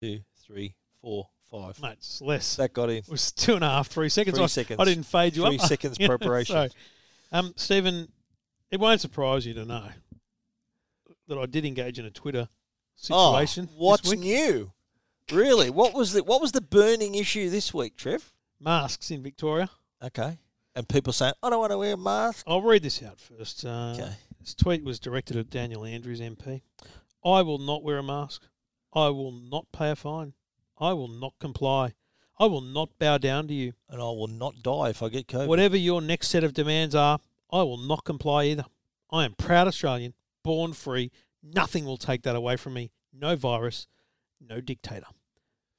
two, three, four, five. Mate, it's less. That got in. It was two and a half, three seconds. Three I, seconds. I didn't fade you Three up. seconds You know, preparation. so, um, Stephen, it won't surprise you to know that I did engage in a Twitter situation. Oh, this what's week. new? Really? What was the what was the burning issue this week, Trev? masks in Victoria? Okay. And people saying, I don't want to wear a mask. I'll read this out first. Uh, Okay. This tweet was directed at Daniel Andrews MP. I will not wear a mask. I will not pay a fine. I will not comply. I will not bow down to you. And I will not die if I get COVID. Whatever your next set of demands are, I will not comply either. I am proud Australian, born free. Nothing will take that away from me. No virus, no dictator.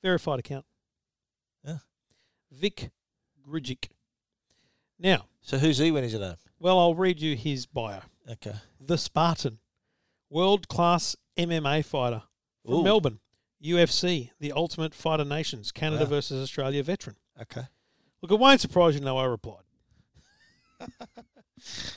Verified account. Yeah. Vic Grigic. Now, So who's he when he's at home? well, I'll read you his bio. Okay. The Spartan, world class MMA fighter from Ooh. Melbourne, UFC, the Ultimate Fighter Nations, Canada Wow. versus Australia veteran. Okay. Look, it won't surprise you to know I replied.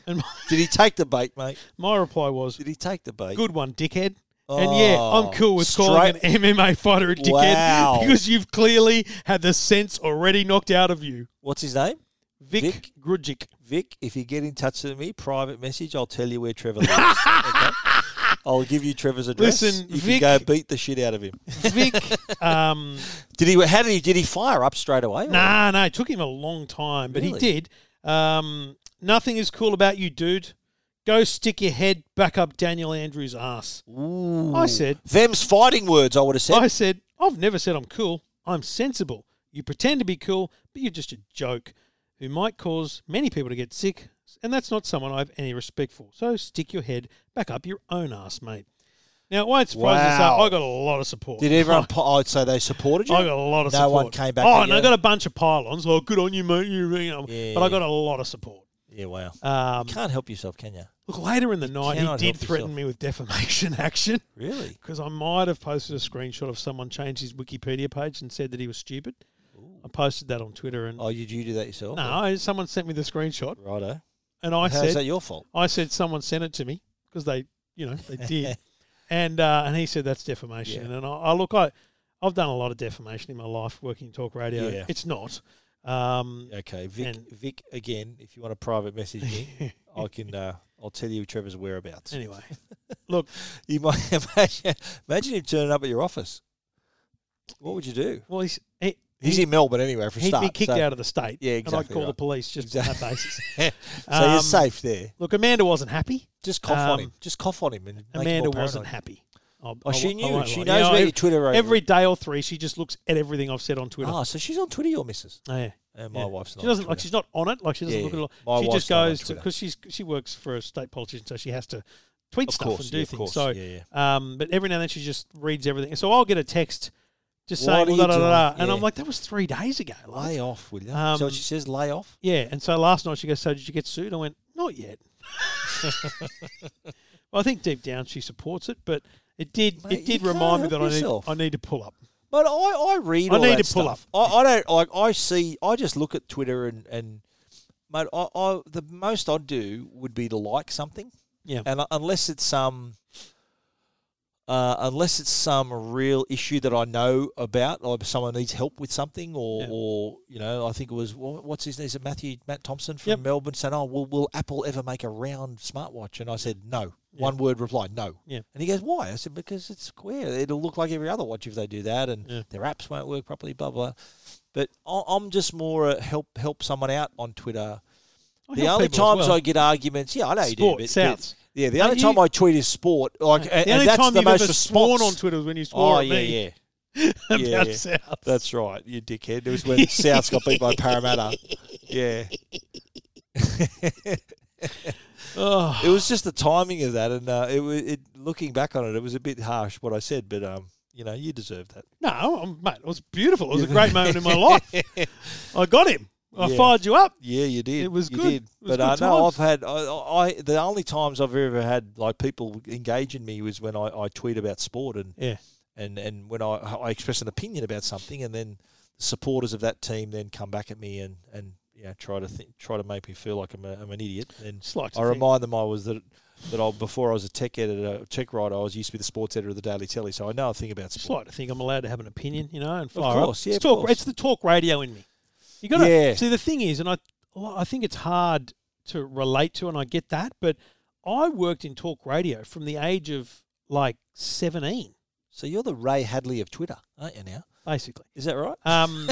and my, Did he take the bait, mate? my reply was, Did he take the bait? good one, dickhead. and yeah, I'm cool with calling Oh, straight- an MMA fighter a dickhead Wow. because you've clearly had the sense already knocked out of you. What's his name? Vic, Vic? Grujic. Vic, if you get in touch with me, private message, I'll tell you where Trevor lives. okay? I'll give you Trevor's address. Listen, you Vic- can go beat the shit out of him. Vic, um, Did he? How did he? Did he fire up straight away? or- Nah, no, it took him a long time, but Really? he did. Um, nothing is cool about you, dude. Go stick your head back up Daniel Andrews' ass. Ooh. I said, them's fighting words. I would have said. I said, I've never said I'm cool. I'm sensible. You pretend to be cool, but you're just a joke who might cause many people to get sick, and that's not someone I have any respect for. So stick your head back up your own ass, mate. Now, it won't surprise you, to Wow. say I got a lot of support. did everyone? po- I'd say they supported you. I got a lot of No support. one came back Oh, at and you. I got a bunch of pylons. Oh, good on you, mate. You ring them. Yeah. But I got a lot of support. yeah. Wow. Um, Can't help yourself, can you? look, later in the night, he cannot did help threaten yourself. me with defamation action Really? because I might have posted a screenshot of someone changed his Wikipedia page and said that he was stupid. I posted that on Twitter and Oh, you you do that yourself? no, I- someone sent me the screenshot Righto. and I How's said that your fault? I said someone sent it to me because they you know they did, and uh, and he said that's defamation. And I, I look, I I've done a lot of defamation in my life working in talk radio. Yeah. It's not. Um, Okay, Vic. And- Vic again. If you want a private message me, I can. Uh, I'll tell you Trevor's whereabouts. Anyway, look, You might imagine. Imagine him turning up at your office. What would you do? well, he's, he, He's he, in Melbourne anyway for a he'd start. be kicked so, out of the state. Yeah, And I'd exactly call the right. police just on that basis. so Um, you're safe there. Look, Amanda wasn't happy. Just cough on um, him. Just cough on him. And make him Amanda all wasn't paranoid. happy. I'll- Oh, I she won't- I knew. won't She lie. knows Yeah, where ev- your Twitter over. Every day or three, she just looks at everything I've said on Twitter. Ah, so she's on Twitter, your missus. Oh, yeah. And my yeah. wife's not. She doesn't on like. Twitter. She's not on it. Like she doesn't Yeah, look at it. yeah. My she wife's just not on goes to Twitter. because she's she works for a state politician, so she has to tweet Of stuff course, and do yeah, of things. course. So, Yeah, um, but every now and then she just reads everything. So I'll get a text just What saying are da, you da, da, da, doing? and I'm Yeah. like, that was three days ago. love." lay off, will you? Um, so she says lay off. Yeah, and so last night she goes, "So did you get sued?" I went, "Not yet." well, I think deep down she supports it, but it did Mate, it did you can't remind help me that I need, yourself. I need to pull up. But I, I read. I all need that to pull stuff. I, I don't like. I see. I just look at Twitter and and, mate. I, I the most I'd do would be to like something. Yeah. And I- unless it's some, uh, unless it's some real issue that I know about, or someone needs help with something, or Yeah. or you know, I think it was wha- what's his name, is it Matthew Matt Thompson from Yep. Melbourne saying, "Oh, will, will Apple ever make a round smartwatch?" And I said, "No." One word reply, no. Yeah. And he goes, why? I said, because it's square. It'll look like every other watch if they do that, and Yeah. their apps won't work properly, blah, blah. But I- I'm just more a help help someone out on Twitter. I The help only people as times well. I get arguments, yeah, I know you do. Sport, But, Souths. but- yeah, the Don't only you- time I tweet is sport. Like, and, the only and that's time the you've most ever response. sworn on Twitter was when you swore Oh at yeah, me yeah, about yeah, yeah. South. that's right. You dickhead. It was when Souths got beat by Parramatta. Yeah, Oh, it was just the timing of that, and uh, it, wa- it looking back on it, it was a bit harsh what I said, but um, you know, you deserve that. no, I'm- mate, it was beautiful. It was a great moment in my life. I got him. I Yeah. fired you up. Yeah, you did. It was You good. did. It was But I good know times. I've had I, I I- the only times I've ever had like people engage in me was when I, I tweet about sport and Yeah. and and when I I express an opinion about something and then the supporters of that team then come back at me and and you know, try to think, try to make me feel like I'm, a, I'm an idiot. And Just like to I think- remind them I was that that I, before I was a tech editor, tech writer, I was used to be the sports editor of the Daily Telly, so I know a thing about just sport. like to think I'm allowed to have an opinion, you know, and fire up. course, yeah, it's, of talk, course. it's the talk radio in me. You got to Yeah. see the thing is, and I, well, I think it's hard to relate to, and I get that, but I worked in talk radio from the age of like 17, So you're the Ray Hadley of Twitter, aren't you? Now basically. is that right? Um,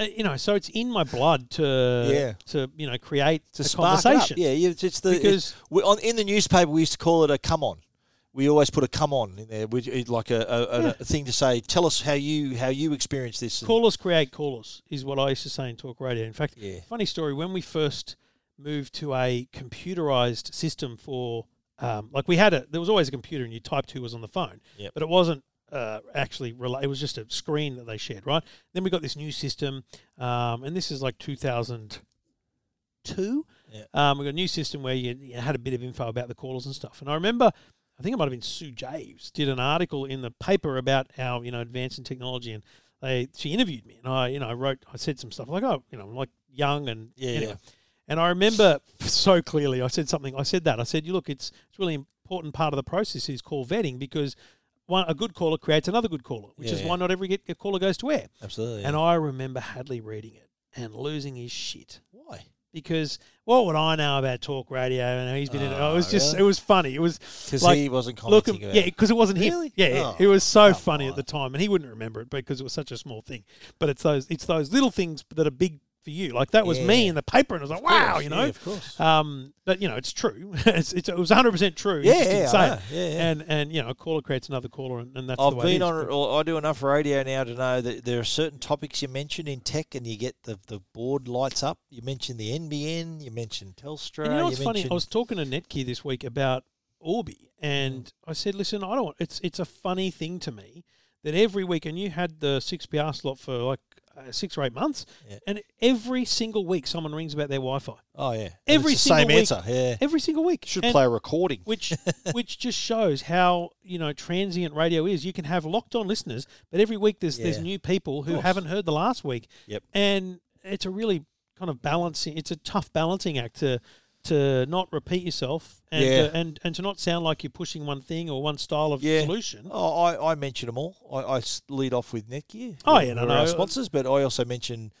uh, you know, so it's in my blood to Yeah. to you know create to a spark it conversation. Up. Yeah, you- it's the Because- because we, on, in the newspaper we used to call it a come on. We always put a come on in there, which is like a, a, a, Yeah. a thing to say. Tell us how you how you experienced this. And- Callers create callers is what I used to say in talk radio. In fact, Yeah. funny story when we first moved to a computerized system for um, like we had a there was always a computer and you typed who was on the phone, Yep. but it wasn't uh, actually rela- it was just a screen that they shared, right? Then we got this new system, um, and this is like 2002. Yeah. Um, we got a new system where you, you had a bit of info about the callers and stuff, and I remember. I think it might have been Sue Javes did an article in the paper about our you know advance in technology, and they she interviewed me, and I you know I wrote I said some stuff like oh you know I'm like young and Yeah, anyway. yeah. and I remember so clearly I said something I said that I said you look it's it's really important part of the process is call vetting because one a good caller creates another good caller, which Yeah, is yeah. why not every get, a caller goes to air. Absolutely. And I remember Hadley reading it and losing his shit why? because what would I know about talk radio? And he's been in it. Oh, It was just really? it was funny. It was Because like, he wasn't Look, commenting about yeah, it. because it wasn't him. Really? Yeah, Oh, it was so come funny at on. the time, and he wouldn't remember it because it was such a small thing. But it's those it's those little things that are big for you. Like that was me Yeah. in the paper, and I was like, Of course, wow, you yeah, know. of course. Um, but you know, it's true. it's, it's, it was 100 percent true. You Yeah, just didn't yeah, I say it. know. Yeah, yeah. And and you know, a caller creates another caller, and, and that's the I've way it been is. on. well, I do enough radio now to know that there are certain topics you mention in tech, and you get the, the board lights up. You mention the NBN. You mention Telstra. And you know what's funny? mention- I was talking to Netgear this week about Orbi, Mm. and I said, "Listen, I don't want. It's it's a funny thing to me that every week, and you had the six PR slot for like uh, six or eight months, Yeah. and every single week someone rings about their Wi-Fi. oh yeah, And every it's the single same week- answer. Yeah, Every single week should And- play a recording. Which, which just shows how you know transient radio is. You can have locked on listeners, but every week there's there's Yeah. new people who course. haven't heard the last week. Yep. And it's a really kind of balancing. It's a tough balancing act to to not repeat yourself and Yeah. to, and and to not sound like you're pushing one thing or one style of Yeah. solution. Oh, I, I mention them all. I, I s- lead off with Netgear. Oh, yeah, no, who are our no. sponsors, but I also mention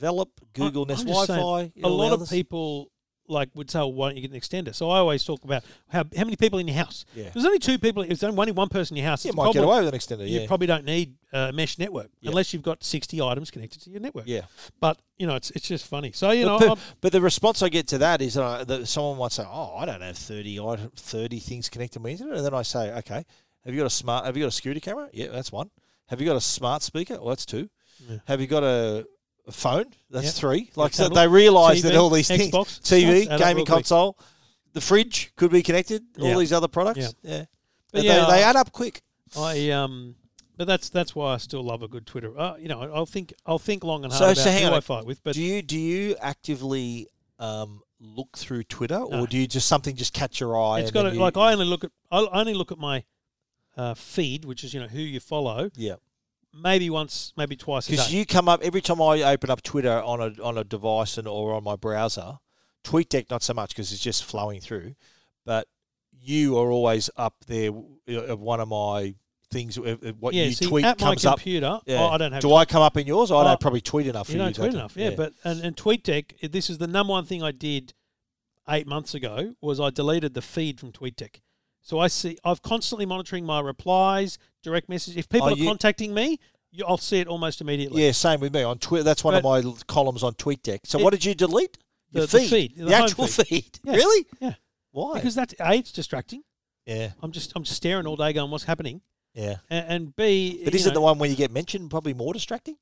Velop, Google I'm Nest just saying, Wi-Fi. a all the lot of others. people like would say, well, "Why don't you get an extender?" So I always talk about how, how many people in your house. Yeah. There's only two people. There's only one person in your house. You It's might get probably- away with an extender. you Yeah, probably don't need a mesh network Yeah. unless you've got 60 items connected to your network. yeah. But, you know, it's it's just funny. So, you know, But, pe- I'm- but the response I get to that is uh, that someone might say, "Oh, I don't have 30, item- 30 things connected to my internet," and then I say, "Okay, have you got a smart? Have you got a security camera? Yeah, that's one. Have you got a smart speaker? Well, that's two. Yeah. Have you got a, a phone? That's Yep. three. Like so tablet, they realise that TV, all these things, Xbox, TV, starts add up real gaming quick. console, the fridge could be connected. Yeah. All these other products, Yeah. yeah, But And yeah, they, they add up quick. I, um, but that's that's why I still love a good Twitter. Uh, you know, I'll think I'll think long and So- hard so about hang who on. I fight with. But do you do you actively um, look through Twitter, No. or do you just something just catch your eye? it's and got then to, you- like I only look at I only look at my uh, feed, which is you know who you follow, yeah. maybe once, maybe twice a day. Because you come up every time I open up Twitter on a on a device and or on my browser, TweetDeck not so much because it's just flowing through, but you are always up there. uh, uh, One of my things, uh, uh, what yeah, you see, tweet at my comes up. computer, Yeah. oh, I don't have. Do I come up in yours? I Oh, don't probably tweet enough. You for don't you, tweet you? enough, yeah. But and, and TweetDeck, it- this is the number one thing I did eight months ago was I deleted the feed from TweetDeck. So I see I've constantly monitoring my replies, direct message. If people Oh, are you- contacting me, you, I'll see it almost immediately. yeah, same with me on Twitter. That's one of my l- columns on TweetDeck. So It- what did you delete? the- Your the feed, feed, the the, home actual feed. feed. Yeah. Really? Yeah. Why? Because that's a it's distracting. yeah, I'm just I'm just staring all day, going, what's happening? yeah. And, and B, But you isn't know, the one where you get mentioned probably more distracting?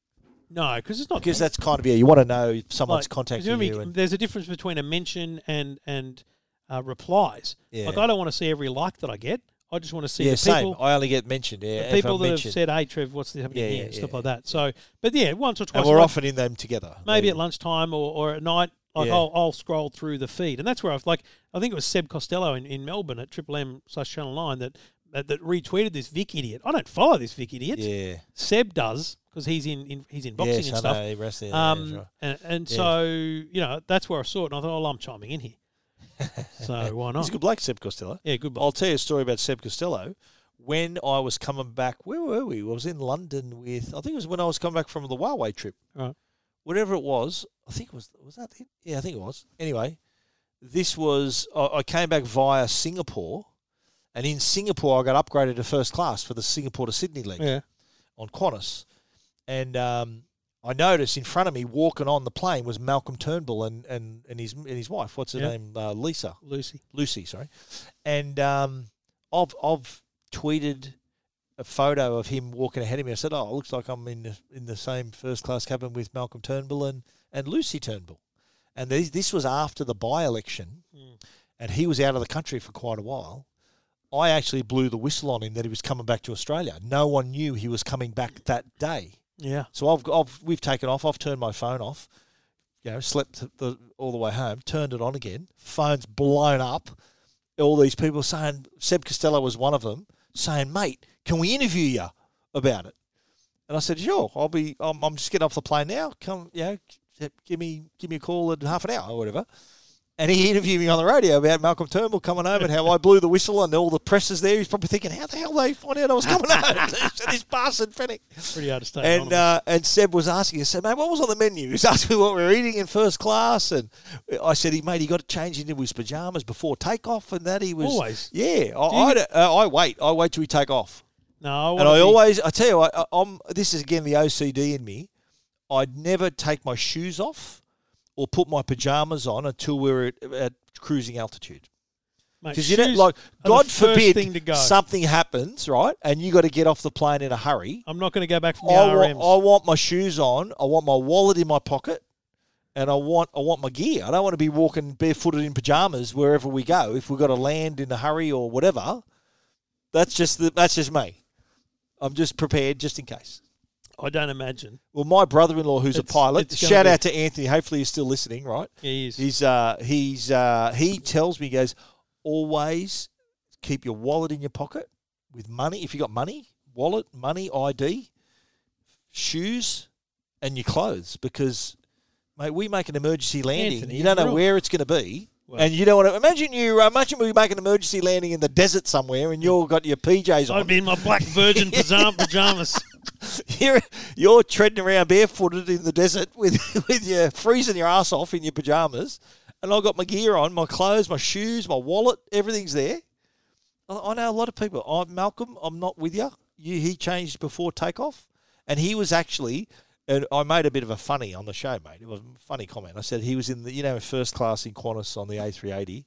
no, because it's not Because that's kind of yeah. You want to know if someone's like, 'cause contacting remember, you. And, There's a difference between a mention and and uh, replies. Yeah. Like I don't want to see every like that I get. I just want to see yeah, the same. people I only get mentioned. Yeah, the if people I'm that have mentioned. said, "Hey, Trev, what's happening Yeah, here?" yeah, and stuff yeah. like that. So, but yeah, once or twice, and a we're month, often in them together. maybe Yeah. at lunchtime or, or at night. Like Yeah. I'll, I'll scroll through the feed, and that's where I've like I think it was Seb Costello in, in Melbourne at Triple M slash Channel Nine that, that that retweeted this Vic idiot. I don't follow this Vic idiot. yeah, Seb does because he's in, in he's in boxing and stuff. Know, wrestling, Um, and, and Yeah. so you know that's where I saw it, and I thought, oh, I'm chiming in here, so why He's not? a good bloke, Seb Costello. Yeah, good. I'll tell you a story about Seb Costello. When I was coming back, where were we? I was in London with, I think it was when I was coming back from the Huawei trip. Right. Whatever it was, I think it was, was that it? Yeah, I think it was. Anyway, this was, I, I came back via Singapore, and in Singapore, I got upgraded to first class for the Singapore to Sydney leg Yeah, on Qantas. And um, I noticed in front of me, walking on the plane, was Malcolm Turnbull and, and, and, his, and his wife. What's her Yeah. name? Uh, Lisa. Lucy. Lucy, sorry. And um, I've I've tweeted a photo of him walking ahead of me. I said, "Oh, it looks like I'm in the, in the same first class cabin with Malcolm Turnbull and, and Lucy Turnbull." And this this was after the by election, Mm. and he was out of the country for quite a while. I actually blew the whistle on him that he was coming back to Australia. No one knew he was coming back that day. Yeah, So I've, I've we've taken off. I've turned my phone off. You know, slept the, all the way home. Turned it on again. Phone's blown up. All these people saying Seb Costello was one of them. Saying, "Mate, can we interview you about it?" And I said, "Sure. I'll be. I'm, I'm just getting off the plane now. Come, you know, g- give me give me a call in half an hour or whatever." And he interviewed me on the radio about Malcolm Turnbull coming home and how I blew the whistle and all the press is there. He's probably thinking, "How the hell they find out I was coming home?" this bastard, Fennec. pretty hard to stay. And uh, and Seb was asking us, said, mate, what was on the menu? He was asking me what we were eating in first class, and I said, he mate, he got to change into his pajamas before takeoff, and that he was Always. yeah. Do I, you I, d- uh, I wait, I wait till we take off, no, and I always, I tell you, I, I- I'm this is again the OCD in me. I'd never take my shoes off or put my pajamas on until we were at, at cruising altitude. Because you know, like God forbid thing to go. something happens, right, and you got to get off the plane in a hurry. I'm not going to go back from the I want, RMs. I want my shoes on. I want my wallet in my pocket, and I want I want my gear. I don't want to be walking barefooted in pajamas wherever we go. If we've got to land in a hurry or whatever, that's just the, that's just me. I'm just prepared just in case. I don't imagine. Well, my brother-in-law, who's a It's- pilot, it's gonna shout be- out to Anthony. Hopefully, he's still listening. Right? Yeah, he is. He's uh he's uh he tells me he goes always keep your wallet in your pocket with money if you got money wallet money ID shoes and your clothes because mate we make an emergency landing Anthony, you don't know you're- where it's going to be Well- and you don't want to imagine you uh, imagine we make an emergency landing in the desert somewhere and you've got your PJs I'd on be in my black virgin pajama pajamas. you're, you're treading around barefooted in the desert with with your freezing your ass off in your pajamas, and I got my gear on, my clothes, my shoes, my wallet, everything's there. I, I know a lot of people. I'm Malcolm. I'm not with you. you he changed before takeoff, and he was actually. And I made a bit of a funny on the show, mate. It was a funny comment. I said he was in the you know first class in Qantas on the A380.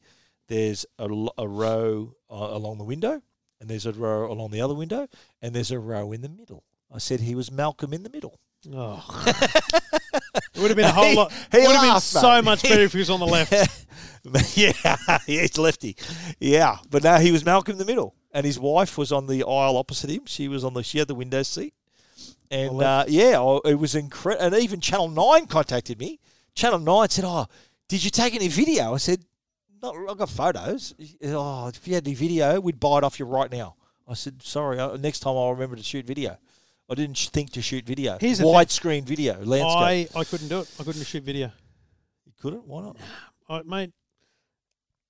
There's a, l- a row uh, along the window, and there's a row along the other window, and there's a row in the middle. I said he was Malcolm in the middle. Oh. it would have been a whole He- lot. he would have been laughed, so mate. much better if he was on the left. yeah, it's lefty. Yeah, but no, he was Malcolm in the middle, and his wife was on the aisle opposite him. She was on the she had the window seat, and uh, yeah, oh, it was incredible. And even Channel Nine contacted me. Channel Nine said, "Oh, did you take any video?" I said, "Not, I got photos. He said, Oh, if you had any video, we'd buy it off you right now." I said, "Sorry, uh, next time I'll remember to shoot video." I didn't sh- think to shoot video, Here's the thing. widescreen video, landscape. I, I couldn't do it. I couldn't shoot video. You couldn't. Why not? I, mate,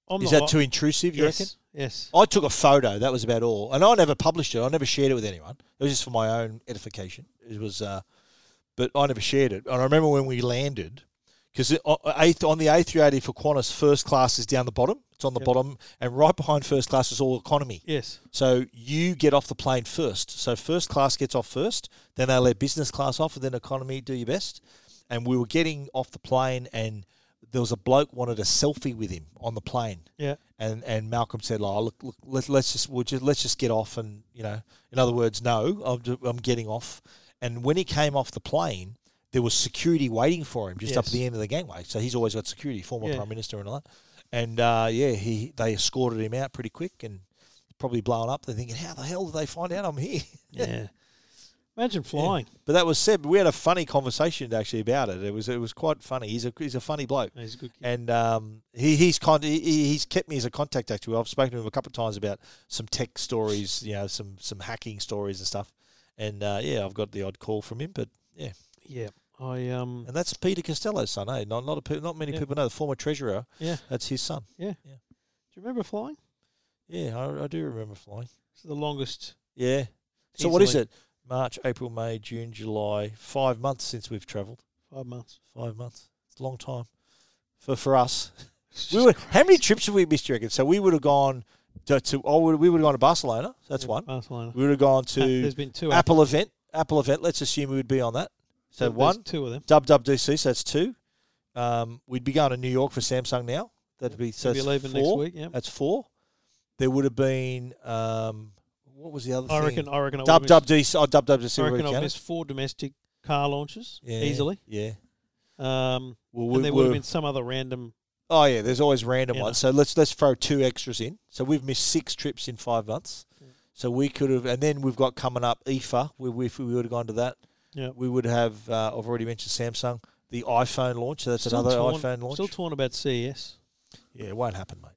I'm Is not that like- too intrusive? You yes, reckon? Yes. I took a photo. That was about all, and I never published it. I never shared it with anyone. It was just for my own edification. It was, uh, but I never shared it. And I remember when we landed, because on the A380 for Qantas, first class is down the bottom. It's on the Yep. bottom, and right behind first class is all economy. Yes. So you get off the plane first. So first class gets off first, then they let business class off, and then economy do your best. And we were getting off the plane, and there was a bloke wanted a selfie with him on the plane Yeah. and and Malcolm said, "Oh, look, look let, let's just we'll just let's just get off." And you know, in other words, no, I'm, ju- I'm getting off. And when he came off the plane, there was security waiting for him just up at Yes. the end of the gangway. So he's always got security, former Yeah. prime minister and all that. And uh, yeah, he they escorted him out pretty quick and probably blown up. They're thinking, "How the hell did they find out I'm here?" Yeah. Imagine flying. But that was Seb. We had a funny conversation actually about it. It was it was quite funny. He's a he's a funny bloke He's a good kid. and um, he, he's con- he, he's kept me as a contact actually. I've spoken to him a couple of times about some tech stories, you know, some some hacking stories and stuff. And uh, yeah, I've got the odd call from him, but yeah, Yeah. I um and that's Peter Costello's son. eh? not not a, pe- not many Yeah. people know the former treasurer. Yeah. that's his son. do you remember flying? Yeah, I, I do remember flying. It's the longest Yeah. So what is Easily. it? March, April, May, June, July. Five months since we've travelled. five months. Five months. It's a long time for for us. We would, how many trips have we missed? You reckon? So we would have gone to, to oh, we we would have gone to Barcelona. That's Yeah, one. Barcelona. We would have gone Ah, there's to been two Apple event. Apple event. Let's assume we would be on that. So There's one two of them. WWDC. So that's two. Um, we'd be going to New York for Samsung now. That'd be so Maybe that's eleven next four. week. Yeah. That's four. There would have been um, what was the other I thing? reckon. I reckon. I Dub would've dub missed- D C. Oh, dub dub D C. I reckon I've missed four domestic car launches yeah, easily. Yeah. Um, Well, and we, there would have we're- been some other random. Oh yeah, there's always random You know. ones. So let's let's throw two extras in. So we've missed six trips in five months. Yeah. So we could have, and then we've got coming up IFA. We, we, if we would have gone to that, Yeah. we would have. Uh, I've already mentioned Samsung, the iPhone launch. So that's Still another torn- iPhone launch. Still torn about E CES. yeah, it won't happen, mate.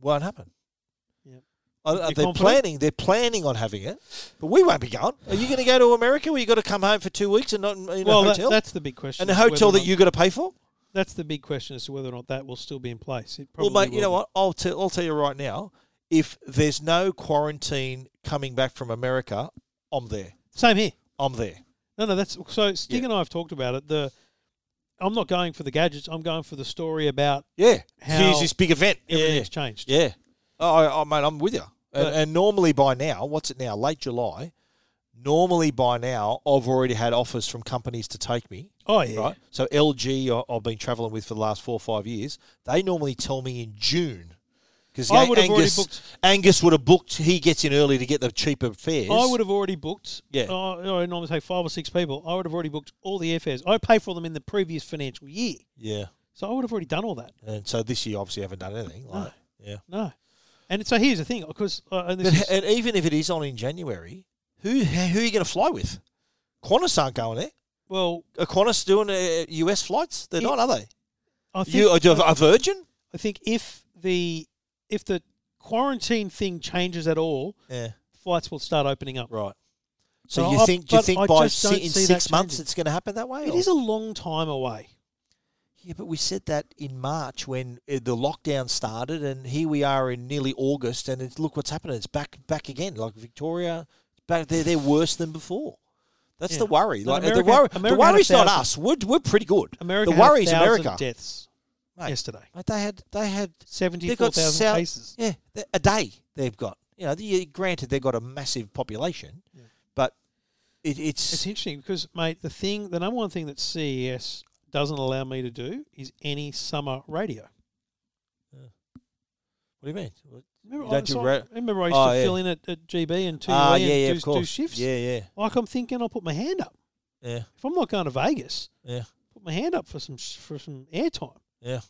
Won't happen. Yeah. Are, are You they confident? planning? They're planning on having it, but we won't be going. Are you going to go to America where you got to come home for two weeks and not in in well, a that- hotel? that's the big question. and a is whether hotel or that not- you got to pay for? That's the big question as to whether or not that will still be in place. It Well, probably mate, you will know be. what? I'll, t- I'll tell you right now. If there's no quarantine coming back from America, I'm there. Same here. I'm there. No, no, that's so. Stig Yeah. and I have talked about it. The I'm not going for the gadgets. I'm going for the story about Yeah. How- Here's this big event. Yeah. everything's changed. Yeah. Oh, I, I, mate, I'm with you. And, But- and normally by now, what's it now? Late July. Normally by now, I've already had offers from companies to take me. Oh yeah, Right. So LG, I- I've been traveling with for the last four or five years. They normally tell me in June. Because I would have already Angus, booked- Angus would have booked. He gets in early to get the cheaper fares. I would have already booked. Yeah. oh, I normally take five or six people. I would have already booked all the airfares. I pay for them in the previous financial year, Yeah. so I would have already done all that. And so this year, obviously, I haven't done anything. Like, Yeah. No, and so here's the thing, because uh, and But, this h- is, and even if it is on in January, who who are you going to fly with? Qantas aren't going there. well, Are Qantas doing uh, US flights? They're Yeah. not, are they? I think You are, you a Virgin? I think if the if the quarantine thing changes at all, Yeah. flights will start opening up. Right. So But you I- think do you but I think by just si- don't in see that six months changing. it's going to happen that way? It or- is a long time away. Yeah, but we said that in March when uh, the lockdown started, and here we are in nearly August, and it's, look what's happening. It's back back again. Like Victoria, back they're they're worse than before. That's the Yeah. worry. And Like the America- worry, the America had a worry's not thousand- us. We're, we're pretty good. America the worry is had 1,000 America. deaths Mate. yesterday. Mate, they had they had they've Seventy-four got thousand South- cases. yeah th- a day they've got. You know, the, granted they've got a massive population, Yeah. but it, it's, It's interesting because, mate, the thing, the number one thing that CES doesn't allow me to do is any summer radio. what do you mean? Remember, You don't I, do so I- ra- remember I used Oh, to yeah. fill in at, at GB and two E Ah, and yeah, yeah, do, of course. do shifts. Yeah, yeah, Like I'm thinking, I'll put my hand up yeah, if I'm not going to Vegas. Yeah. put my hand up for some sh- for some airtime. Yeah.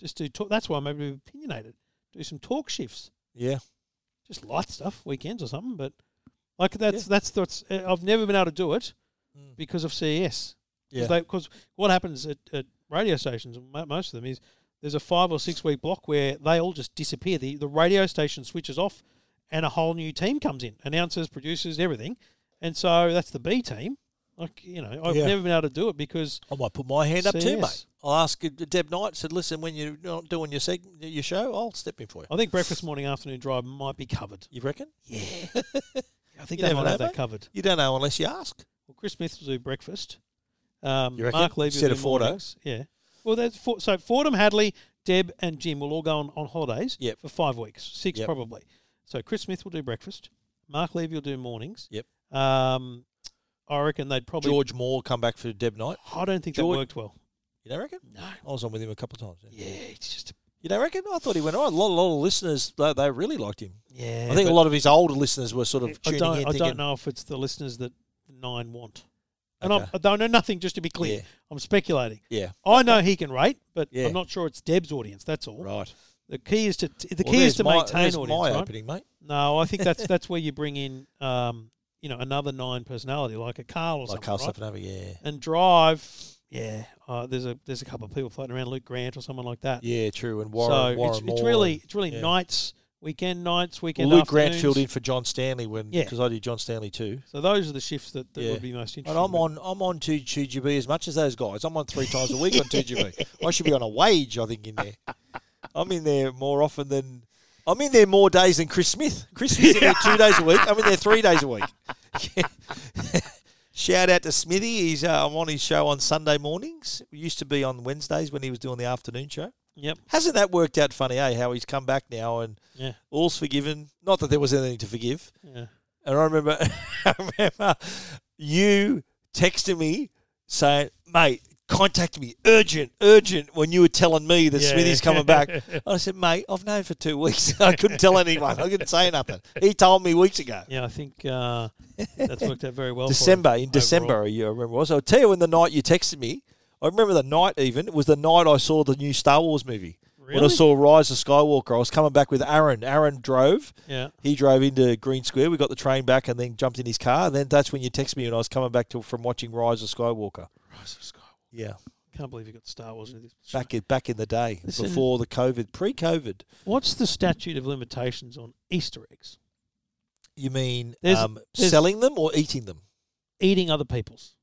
just do talk. That's why I'm maybe opinionated. Do some talk shifts, yeah. just light stuff, weekends or something. But like that's that's that's uh, I've never been able to do it Mm. because of E CES. Yeah. Because what happens at, at radio stations, mo- most of them, is there's a five or six week block where they all just disappear. The, the radio station switches off and a whole new team comes in announcers, producers, everything. And so that's the B team. Like, you know, I've Yeah. never been able to do it because, I might put my hand up too, mate. Serious. I'll ask uh, Deb Knight. Said, listen, when you're not doing your seg- your show, I'll step in for you. I think breakfast, morning, afternoon drive might be covered. You reckon? Yeah. I think You they never might know, have that mate. covered. You don't know unless you ask. Well, Chris Smith will do breakfast. Um, You reckon? Mark Levy Instead will of do Fordo? mornings. Yeah. Well, that's for, so Fordham, Hadley, Deb, and Jim will all go on, on holidays Yep. for five weeks, six Yep. probably. So Chris Smith will do breakfast. Mark Levy will do mornings. Yep. Um, I reckon they'd probably. George Moore come back for Deb Knight. I don't think George- that worked well. You don't reckon? No. I was on with him a couple of times. yeah. Yeah, it's just. You don't reckon? I thought he went all right. A lot, a lot of listeners, they, they really liked him. Yeah. I think a but lot of his older listeners were sort of I tuning don't, in. I thinking, don't know if it's the listeners that Nine want. And Okay. I'm, I don't know nothing, just to be clear. Yeah. I'm speculating. Yeah, I know he can rate, but Yeah. I'm not sure it's Deb's audience. That's all. right. The key is to t- the Well, key there's is to my, maintain there's audience. my right? opening, mate. No, I think that's that's where you bring in um, you know another nine personality like a Carl or Like something, Carl right? Stefanova, yeah. and drive. Yeah, uh, there's a there's a couple of people floating around, Luke Grant or someone like that. Yeah, true. And Warren, so Warren it's, it's Moore really and- it's really yeah. nights weekend nights, weekend Luke afternoons. Grant filled in for John Stanley when Yeah. because I did John Stanley too. So those are the shifts that, that Yeah. would be most And interesting. I'm on I'm on two two GB as much as those guys. I'm on three times a week on two GB. I should be on a wage, I think, in there. I'm in there more often than I'm in there more days than Chris Smith. Chris Smith's in there two days a week. I'm in there three days a week. Shout out to Smithy. He's uh, I'm on his show on Sunday mornings. It used to be on Wednesdays when he was doing the afternoon show. Yep. Hasn't that worked out funny, eh? How he's come back now and Yeah. all's forgiven. Not that there was anything to forgive. Yeah. And I remember, I remember you texting me saying, "Mate, contact me, urgent, urgent." When you were telling me that Yeah. Smithy's coming back, I said, "Mate, I've known for two weeks. I couldn't tell anyone. I couldn't say nothing. He told me weeks ago." Yeah, I think uh, that's worked out very well. for December him in December, overall. a year I remember it was. I'll tell you when the night you texted me. I remember the night even. It was the night I saw the new Star Wars movie. When I Really? saw Rise of Skywalker, I was coming back with Aaron. Aaron drove. Yeah. He drove into Green Square. We got the train back and then jumped in his car. And then that's when you text me and I was coming back to, from watching Rise of Skywalker. Rise of Skywalker. Yeah, Can't believe you got Star Wars into this. back in, back in the day Listen. before the COVID, pre-COVID. What's the statute of limitations on Easter eggs? You mean There's- um, there's- selling them or eating them? Eating other people's,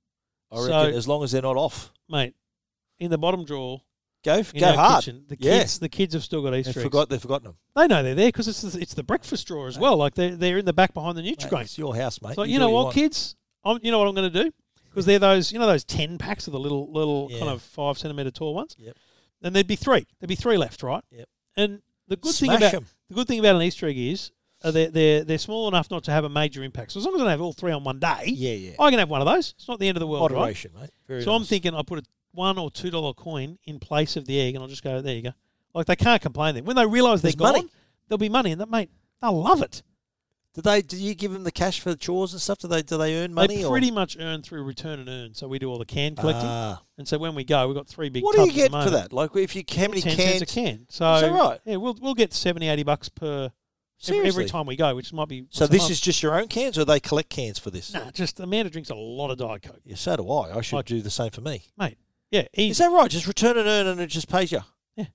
I So- reckon as long as they're not off, mate. In the bottom drawer, go f- in go our hard. kitchen, the Yeah. kids, the kids have still got They Easter eggs. forgot they've forgotten them. They know they're there because it's the, it's the breakfast drawer as well. Like they're, they're in the back behind the Mate, Nutrigrain. it's your house, mate. So you, do know you what, want. kids? I'm, you know what I'm going to do because they're those you know those ten packs of the little little Yeah. kind of five centimeter tall ones. Yep. And there'd be three. There'd be three left, right? Yep. And the good Smash thing about 'em. the good thing about an Easter egg is uh, they're, they're they're small enough not to have a major impact. So as long as I don't have all three on one day, Yeah, yeah. I can have one of those. It's not the end of the world, right? Moderation, mate. Very So I'm nice. thinking I put a one or two dollar coin in place of the egg, and I'll just go there. You go. Like they can't complain then. When they realise they're There's money. gone, there'll be money, and that mate, they'll love it. Did they? Do you give them the cash for the chores and stuff? Do they? Do they earn money? they or- pretty much earn through return and earn. So we do all the can collecting, Ah. and so when we go, we've got three big. what do you tubs at get the for moment. that? Like, if you how many Ten cans? cents a can. So Is that right? yeah, we'll we'll get 70, 80 bucks per every, Seriously? every time we go, which might be. So once a this month. is just your own cans, or they collect cans for this? nah. Just Amanda drinks a lot of diet coke, Yeah, so do I. I should Like- do the same for me. mate. Yeah, Is easy. that right? Just return and earn, and it just pays you. Yeah.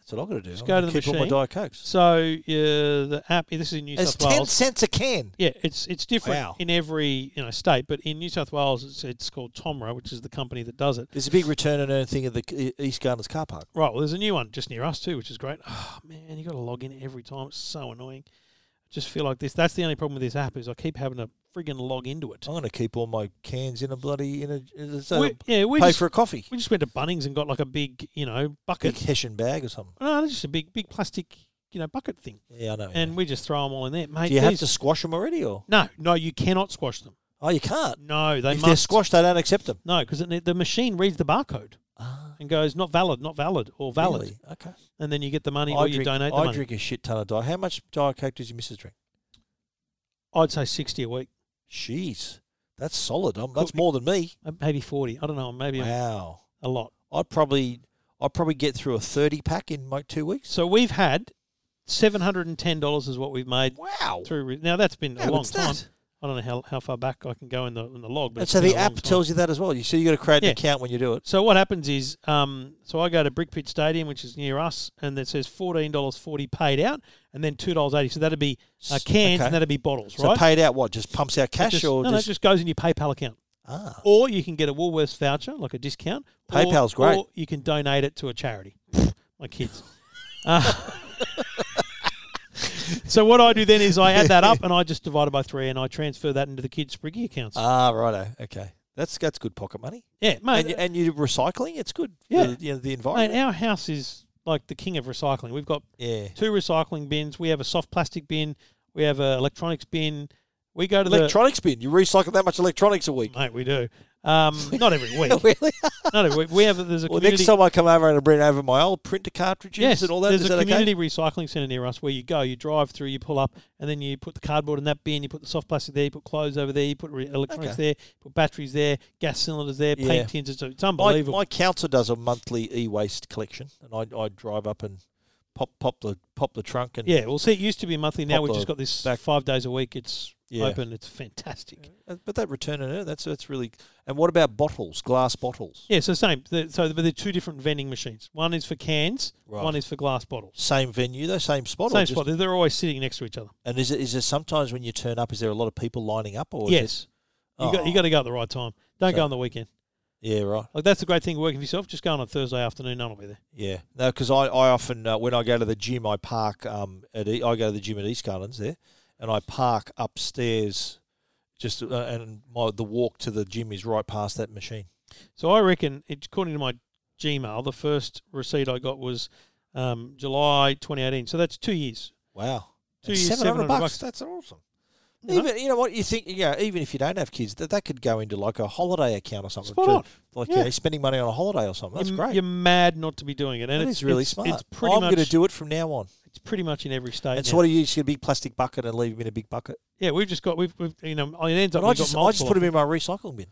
that's what I'm going to do. Just I'm go gonna to the keep all my machine. diet cokes. so uh, the app. This is in New It's South ten Wales. cents a can. Yeah, it's it's different Wow. in every you know state, but in New South Wales, it's, it's called Tomra, which is the company that does it. There's a big return and earn thing at the E, East Gardens car park. Right, well, there's a new one just near us too, which is great. Oh man, you got to log in every time. It's so annoying. I just feel like this. That's the only problem with this app is I keep having to friggin' log into it. I'm going to keep all my cans in a bloody in a so We- yeah, we pay just, for a coffee, we just went to Bunnings and got like a big you know big bucket. Hessian bag or something. No, it's just a big big plastic you know bucket thing, Yeah, I know. and we just throw them all in there, mate. do you have these- to squash them already, or no, no, you cannot squash them. oh, you can't? No, they if they're must squashed, they don't accept them. No, because the machine reads the barcode. Ah, and goes, not valid, not valid, or valid. really? Okay. And then you get the money or you donate the I money. drink a shit ton of diet. How much diet coke does your missus drink? I'd say 60 a week, Jeez, that's solid. Um that's Cool. more than me. uh, maybe 40. I don't know, maybe a- Wow. a lot. I'd probably I'd probably get through a thirty pack in like two weeks. So we've had $710 is what we've made Wow. through. re- Now, that's been How a long good's time. that? I don't know how, how far back I can go in the, in the log. But And it's so been the a long app time. tells you that as well. You so you got to create an Yeah. account when you do it. So what happens is, um, so I go to Brickpit Stadium, which is near us, and it says $14.40 paid out, and then $2.80. So that'd be uh, S- cans okay. and that'd be bottles, So right? paid out what? Just pumps out cash Just- or no, no, it just, just goes in your PayPal account. ah? Or you can get a Woolworths voucher, like a discount. or- PayPal's great. Or you can donate it to a charity. My kids. Uh, so what I do then is I add that up and I just divide it by three and I transfer that into the kids' Spriggy accounts. Ah, righto. Okay, that's that's good pocket money. yeah, mate. And you, and you recycling. It's good. for uh, Yeah. the, you know, the mate, environment. our house is like the king of recycling. We've got Yeah. two recycling bins. We have a soft plastic bin. We have an electronics bin. We go to Electronics bin. You recycle that much electronics a week. the mate. We do. Um, not every week. really? Not every week. We have there's a Well, community. next time I come over and I bring over my old printer cartridges Yes, and all that, there's is a that okay? community recycling centre near us where you go, you drive through, you pull up, and then you put the cardboard in that bin, you put the soft plastic there, you put clothes over there, you put re- electronics Okay. there, you put batteries there, gas cylinders there, Yeah. paint tins. It's, it's My, unbelievable. my council does a monthly e-waste collection, and I I drive up and pop pop the pop the trunk and yeah, well, see, it used to be monthly. Now Pop we've the just got this back- five days a week. It's Yeah. open. It's fantastic. Uh, But that return and earn, that's that's really. And what about bottles, glass bottles? Yeah, so same. The- So but they're two different vending machines. One is for cans. Right. One is for glass bottles. Same venue though, same spot. or Same just- spot. They're- They're always sitting next to each other. And is it is there sometimes when you turn up, is there a lot of people lining up or? is it- yes, you got you Oh. got to go at the right time. Don't So- go on the weekend. Oh, yeah, right. Like that's the great thing working for yourself. Just go on a Thursday afternoon. None will be there. Yeah, no, because I, I often uh, when I go to the gym, I park um at E- I go to the gym at East Gardens there, and I park upstairs, just uh, and my the walk to the gym is right past that machine. So I reckon, it, according to my Gmail, the first receipt I got was um, July 2018. So that's two years. Wow, Two And years, 700 bucks. That's awesome. You know? Even you know what you think, yeah. Even if you don't have kids, that that could go into like a holiday account or something. Spot to- on. Like Yeah. you know, spending money on a holiday or something. That's you're, great. You're mad not to be doing it, and That it's is really it's- smart. It's pretty I'm much going to do it from now on. it's pretty much in every state. And now. so what do you use? A big plastic bucket and leave them in a big bucket. yeah, we've just got we've, we've you know it ends up But I we've just got I just multiple put of them in my recycling bin.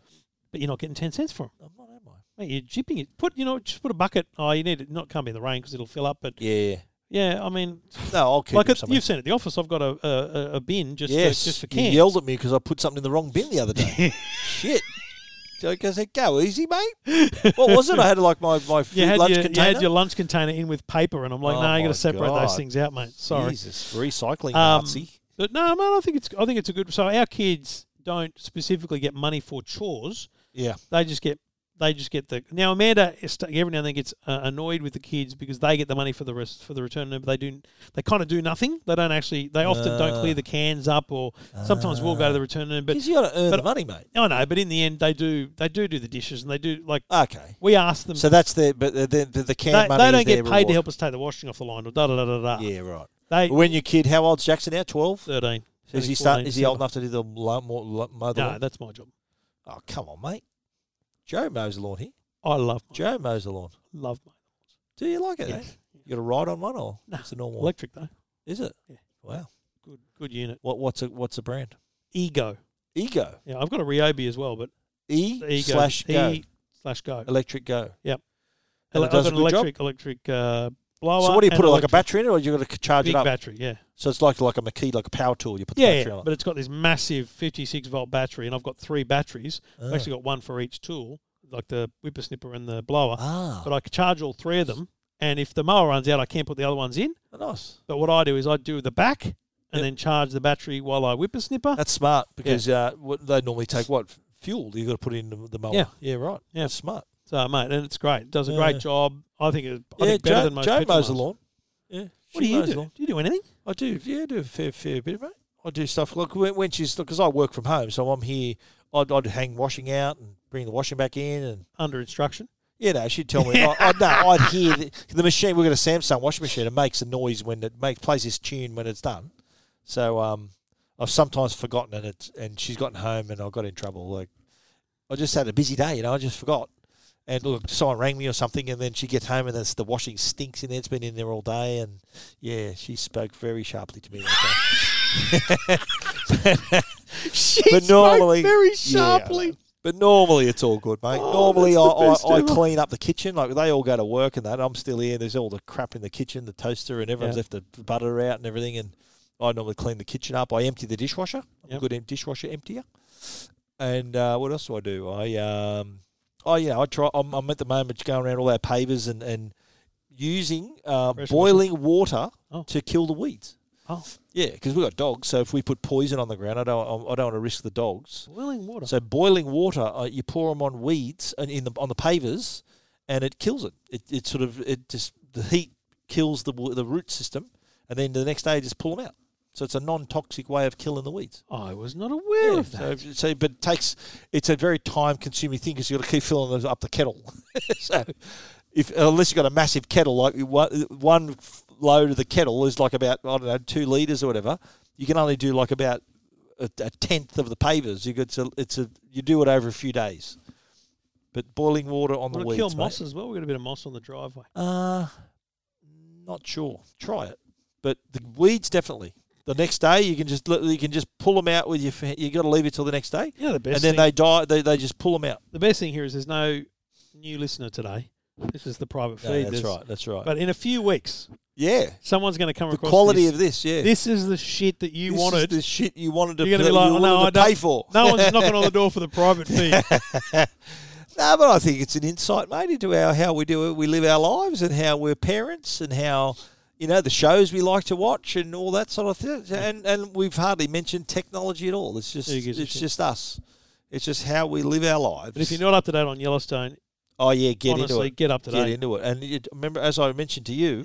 but you're not getting ten cents for them. I'm not, am I? Mate, you're jipping it. Put you know just put a bucket. Oh, you need it. Not can't be in the rain because it'll fill up. But Yeah. yeah, I mean, No, I'll keep like them it- somewhere. you've seen at the office, I've got a a, a- a bin just yes, for, just for you cans. yelled at me because I put something in the wrong bin the other day. Shit. So I said, go easy, mate. What was it? I had like my, my food You had, lunch your, you container. had your lunch container in with paper, and I'm like, Oh no, nah, you got my to separate those God. things out, mate. Sorry. Jesus, recycling Um, Nazi. But no, man, I think it's I think it's a good. So our kids don't specifically get money for chores. Yeah. They just get they just get the now. Amanda is st- every now and then gets uh, annoyed with the kids because they get the money for the rest for the return, but they do they kind of do nothing. They don't actually. They often don't Ah. clear the cans up, or sometimes we'll go to the return, end, but Because you got to earn but- the money, mate. I know. But in the end, they do they do do the dishes and they do like Okay. we ask them. So that's their, but the, the, the can they, money they is don't get their paid reward. to help us take the washing off the line or da da da da da. Yeah, right. They When your kid, how old's Jackson now? 12? thirteen. So is he 13, start, Is he 14, old enough to do the lo- more lo- mother? No, one? that's my job. Oh, come on, mate. Joe mows the lawn here. I love my, Joe mows the lawn. love my Do you like it? Yeah. eh? You got a ride on one, or No, it's a normal? one? electric though. Is it? Yeah. Wow. Good, good unit. What what's a what's a brand? Ego. Ego. Yeah, I've got a Ryobi as well, but E the ego slash go. E slash go. Electric go. Yep. And Ele- it does a I've got an good job. electric electric uh, blower. So what do you put and it like a electric- battery in it, or you got to charge Big it up? battery, yeah, so it's like like a McKee, like a power tool. You put the yeah, battery yeah. on. But it's got this massive 56 volt battery, and I've got three batteries. it. I've actually got one for each tool, like the whippersnipper and the blower. ah, But I can charge all three of them, and if the mower runs out, I can't put the other ones in. Ah, nice. But what I do is I do the back, and Yep. then charge the battery while I whippersnipper. That's smart because uh, what they normally take what f- fuel you got to put in the, the mower. Yeah. yeah, right. Yeah. That's smart. So mate, and it's great. Does a Yeah. great job. I think it's I yeah, think better Joe, than most. Joe petrol mows the mowers. lawn. Yeah, What she do you mows the do? lawn. Do you do anything? I do, yeah, I do a fair, fair bit of it. I do stuff like when, when she's because I work from home, so I'm here. I'd, I'd hang washing out and bring the washing back in, and Under instruction. you know she'd tell me. I, I, no, I'd hear the, the machine. We've got a Samsung washing machine. It makes a noise when it makes plays this tune when it's done. So um, I've sometimes forgotten it, it's, and she's gotten home, and I got in trouble. Like I just had a busy day, you know. I just forgot. And look, someone rang me or something, and then she gets home, and it's, the washing stinks in there. It's been in there all day, and yeah, she spoke very sharply to me. That day. She But normally- very Yeah, I know. but normally it's all good, mate. Oh, normally I, that's the best I, I ever. clean up the kitchen. Like they all go to work and that. I'm still here. There's all the crap in the kitchen, the toaster, and everyone's Yeah. left the butter out and everything. And I normally clean the kitchen up. I empty the dishwasher. I'm a Yep. good em- dishwasher emptier. And uh, what else do I do? I um, oh yeah, I try. I'm, I'm at the moment going around all our pavers and and using uh, Fresh boiling water Oh. to kill the weeds. Oh, Yeah, because we've got dogs. So if we put poison on the ground, I don't. I don't want to risk the dogs. boiling water. So boiling water, uh, you pour them on weeds and in the on the pavers, and it kills it. It, it sort of it just the heat kills the wa- the root system, and then the next day you just pull them out. So it's a non toxic way of killing the weeds. I was not aware of so, that. so but it takes it's a very time consuming thing because you got to keep filling those up the kettle. so if unless you've got a massive kettle like one, one load of the kettle is like about I don't know two liters or whatever, you can only do like about a, a tenth of the pavers. You it's a, it's a you do it over a few days, but boiling water on the Would it weeds. kill mate. moss as well? We got a bit of moss on the driveway. Uh, not sure. Try it, but the weeds definitely. The next day you can just li- you can just pull them out with your fa- you got to leave it till the next day, Yeah, the and best. then thing, they die. They, they just pull them out. the best thing here is there's no new listener today, This is the private feed. No, that's There's- right. That's right. But in a few weeks, yeah, someone's going to come the across quality this. of this. Yeah, this is the shit that you This is wanted. the shit you wanted to, You're going to be that like, you oh, wanted no, I to don't. pay for. No one's knocking on the door for the private feed. No, but I think it's an insight, mate, into our how we do it. We live our lives and how we're parents and how you know the shows we like to watch and all that sort of thing. And and we've hardly mentioned technology at all. It's just Who gives a it's shit? just us. It's just how we live our lives. But if you're not up to date on Yellowstone, oh yeah, get into honestly, it. get up to Get date. into it. And you, remember, as I mentioned to you,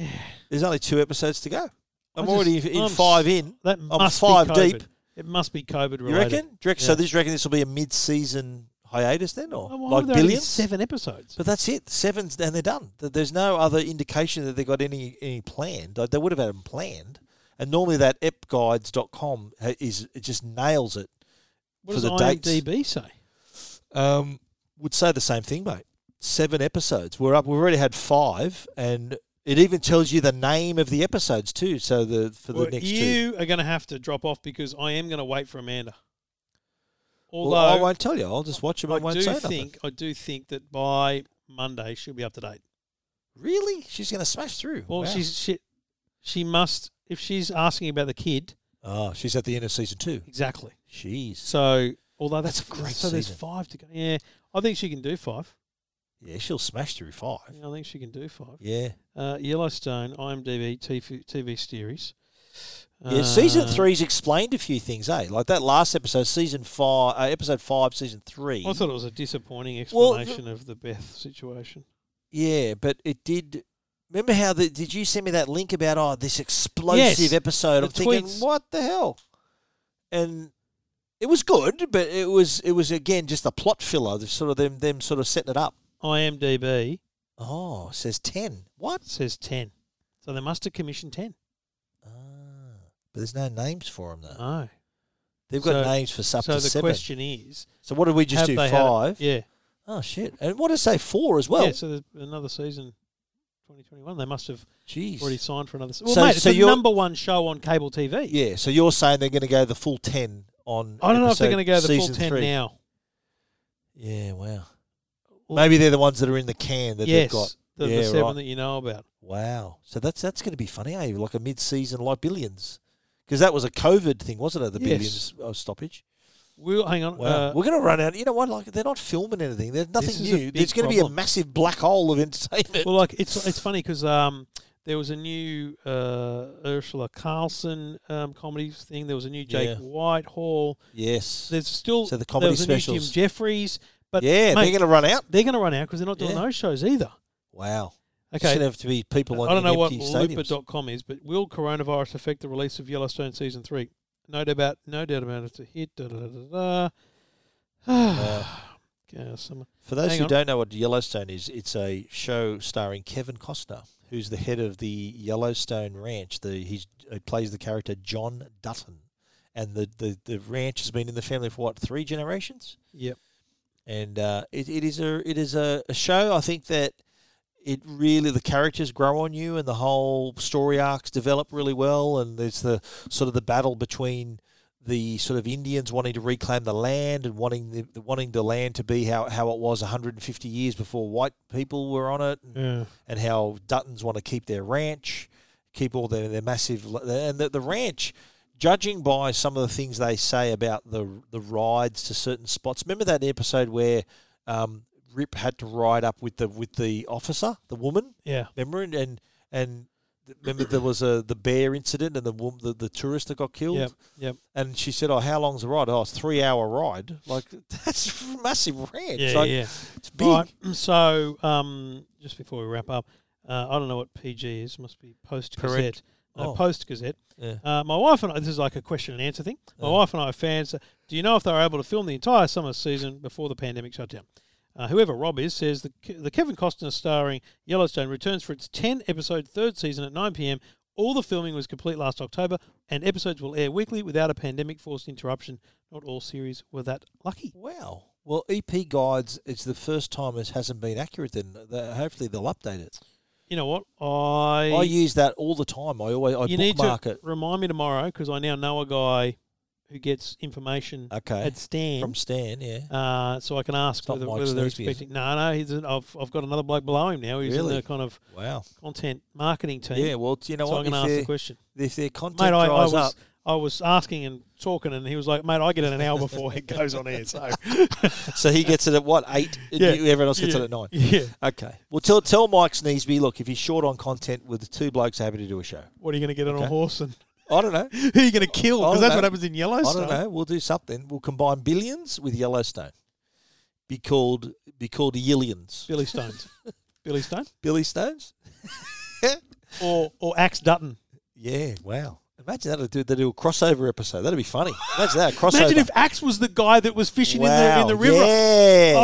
there's only two episodes to go. I'm just- already in I'm five in. That must five be deep. COVID. It must be COVID related. You reckon? Do you reckon? Yeah. So, this, you reckon this will be a mid-season hiatus then, or Oh, why were like there only billions? Seven episodes. But that's it. Seven's and they're done. Th- There's no other indication that they got any any planned. Like, They would have had them planned. And normally that epguides.com ha- is it just nails it. What for does the dates. IMDb say? Um, would say the same thing, mate. Seven episodes. We're up. We've already had five, and it even tells you the name of the episodes too. So the for the Well, next two. you are going to have to drop off because I am going to wait for Amanda. Although Well, I won't tell you. I'll just watch them. I, I won't do say think nothing. I do think that by Monday she'll be up to date. Really? She's going to smash through. Well, Wow. she's she, she must if she's asking about the kid oh, she's at the end of season two. exactly. Jeez. So although that's, That's a great so there's season. five to go. Yeah, I think she can do five. Yeah, she'll smash through five. Yeah, I think she can do five. Yeah. Uh, Yellowstone, IMDb, TV, TV series. Yeah, season Uh, three's explained a few things, eh? Like that last episode, season five, uh, episode five, season three. I thought it was a disappointing Well, the- explanation of the Beth situation. yeah, but it did. Remember how the, did you send me that link about oh this explosive Yes, episode? the I'm thinking tweets. what the hell, and it was good, but it was it was again just a plot filler. the Sort of them them sort of setting it up. IMDb Oh, it says ten. What? says ten, so they must have commissioned ten. Ah, but there's no names for them though. No, They've got Uh, so- names for Uh, up Oh. so to the seven. question is, so what did we just have do? they had a- Five. yeah, Oh shit! And what did I say? Four as well. yeah. So there's another season, 2021. They must have Jeez. already signed for another. se- Well, So- mate, it's so the you're- number one show on cable TV. Yeah, so you're saying they're going to go the full 10 on. I don't know if they're episode- going to go the full season ten three. now. Yeah, wow. Maybe they're the ones that are in the can that yes, they've got. the, the Yeah, seven right. that you know about. Wow. So that's that's going to be funny, eh? Like a mid season, like billions. Because that was a COVID thing, wasn't it? The Yes. billions uh, stoppage. We'll hang on. Wow. Uh, We're going to run out. You know what? Like They're not filming anything, there's is nothing a new. big There's going to be a problem. massive black hole of entertainment. well, like it's it's funny because um, there was a new uh, Ursula Carlson um, comedy thing. There was a new Jake Yeah. Whitehall. yes. There's still So the comedy there was a new Jim specials. Jeffries. But yeah, mate, they're going to run out. they're going to run out because they're not doing Yeah. those shows either. Wow. It's Okay, going to have to be people on I don't know in what empty stadiums. Looper.com is, but will coronavirus affect the release of Yellowstone season three? No doubt about no doubt about it. It's a hit. Da, da, da, da, da. Uh. Yeah, some- For those Hang who on. don't know what Yellowstone is, it's a show starring Kevin Costner, who's the head of the Yellowstone Ranch. The he's, he plays the character John Dutton, and the, the, the ranch has been in the family for what three generations, Yep. and uh, it, it is a it is a, a show. I think that it really the characters grow on you, and the whole story arcs develop really well, and there's the sort of the battle between the sort of Indians wanting to reclaim the land and wanting the, the wanting the land to be how, how it was 150 years before white people were on it, and, Yeah. and how Duttons want to keep their ranch, keep all their, their massive and the, the ranch. Judging by some of the things they say about the the rides to certain spots, remember that episode where um, Rip had to ride up with the with the officer, the woman, Yeah. remember and and, and th- remember there was a the bear incident and the wom- the, the tourist that got killed Yep. Yep. and she said oh how long's the ride oh it's three hour ride like that's a massive ranch Yeah. like, yeah. it's big Right. So, um, just before we wrap up, uh, I don't know what PG is. Must be post Gazette. No, Oh. post Gazette. yeah. Uh, my wife and I, this is like a question and answer thing. My Yeah. wife and I are fans. Uh, Do you know if they were able to film the entire summer season before the pandemic shutdown? Uh, whoever Rob is says the, Ke- the Kevin Costner starring Yellowstone returns for its 10 episode third season at 9 p.m. All the filming was complete last October, and episodes will air weekly without a pandemic forced interruption. Not all series were that lucky. wow well EP guides it's the first time it hasn't been accurate then They- hopefully they'll update it You know what? I, I use that all the time I always I you need to bookmark it remind me tomorrow because I now know a guy who gets information Okay. at Stan. From Stan, yeah. uh, so I can ask not whether, Mike whether they're Sneesby, is it? expecting. No, no, he's in, I've, I've got another bloke below him now. He's in Really? the kind of Wow. content marketing team. Yeah, well, do you know so what? I'm going to If, ask their- the question. if their content Mate, I, I dries was up, I was asking and talking, and he was like, "Mate, I get it an hour before it goes on air." So so he gets it at what eight? Yeah. You- Everyone else gets Yeah. it at nine. yeah, Okay. Well, tell tell Mike Sneesby, look, if he's short on content with the two blokes happy to do a show. what are you going to get on a Okay. horse and I don't know. who are you going to kill? I Because don't that's know. what happens in I Yellowstone. don't know. We'll do something. We'll combine billions with Yellowstone. Be called be called Yillions. Billy Stones, Billy Stone, Billy Stones. or or Axe Dutton. Yeah. Wow. Imagine that. They do a crossover episode. That'd be funny. Imagine that a crossover. Imagine if Axe was the guy that was fishing wow. in the in the river. Yeah.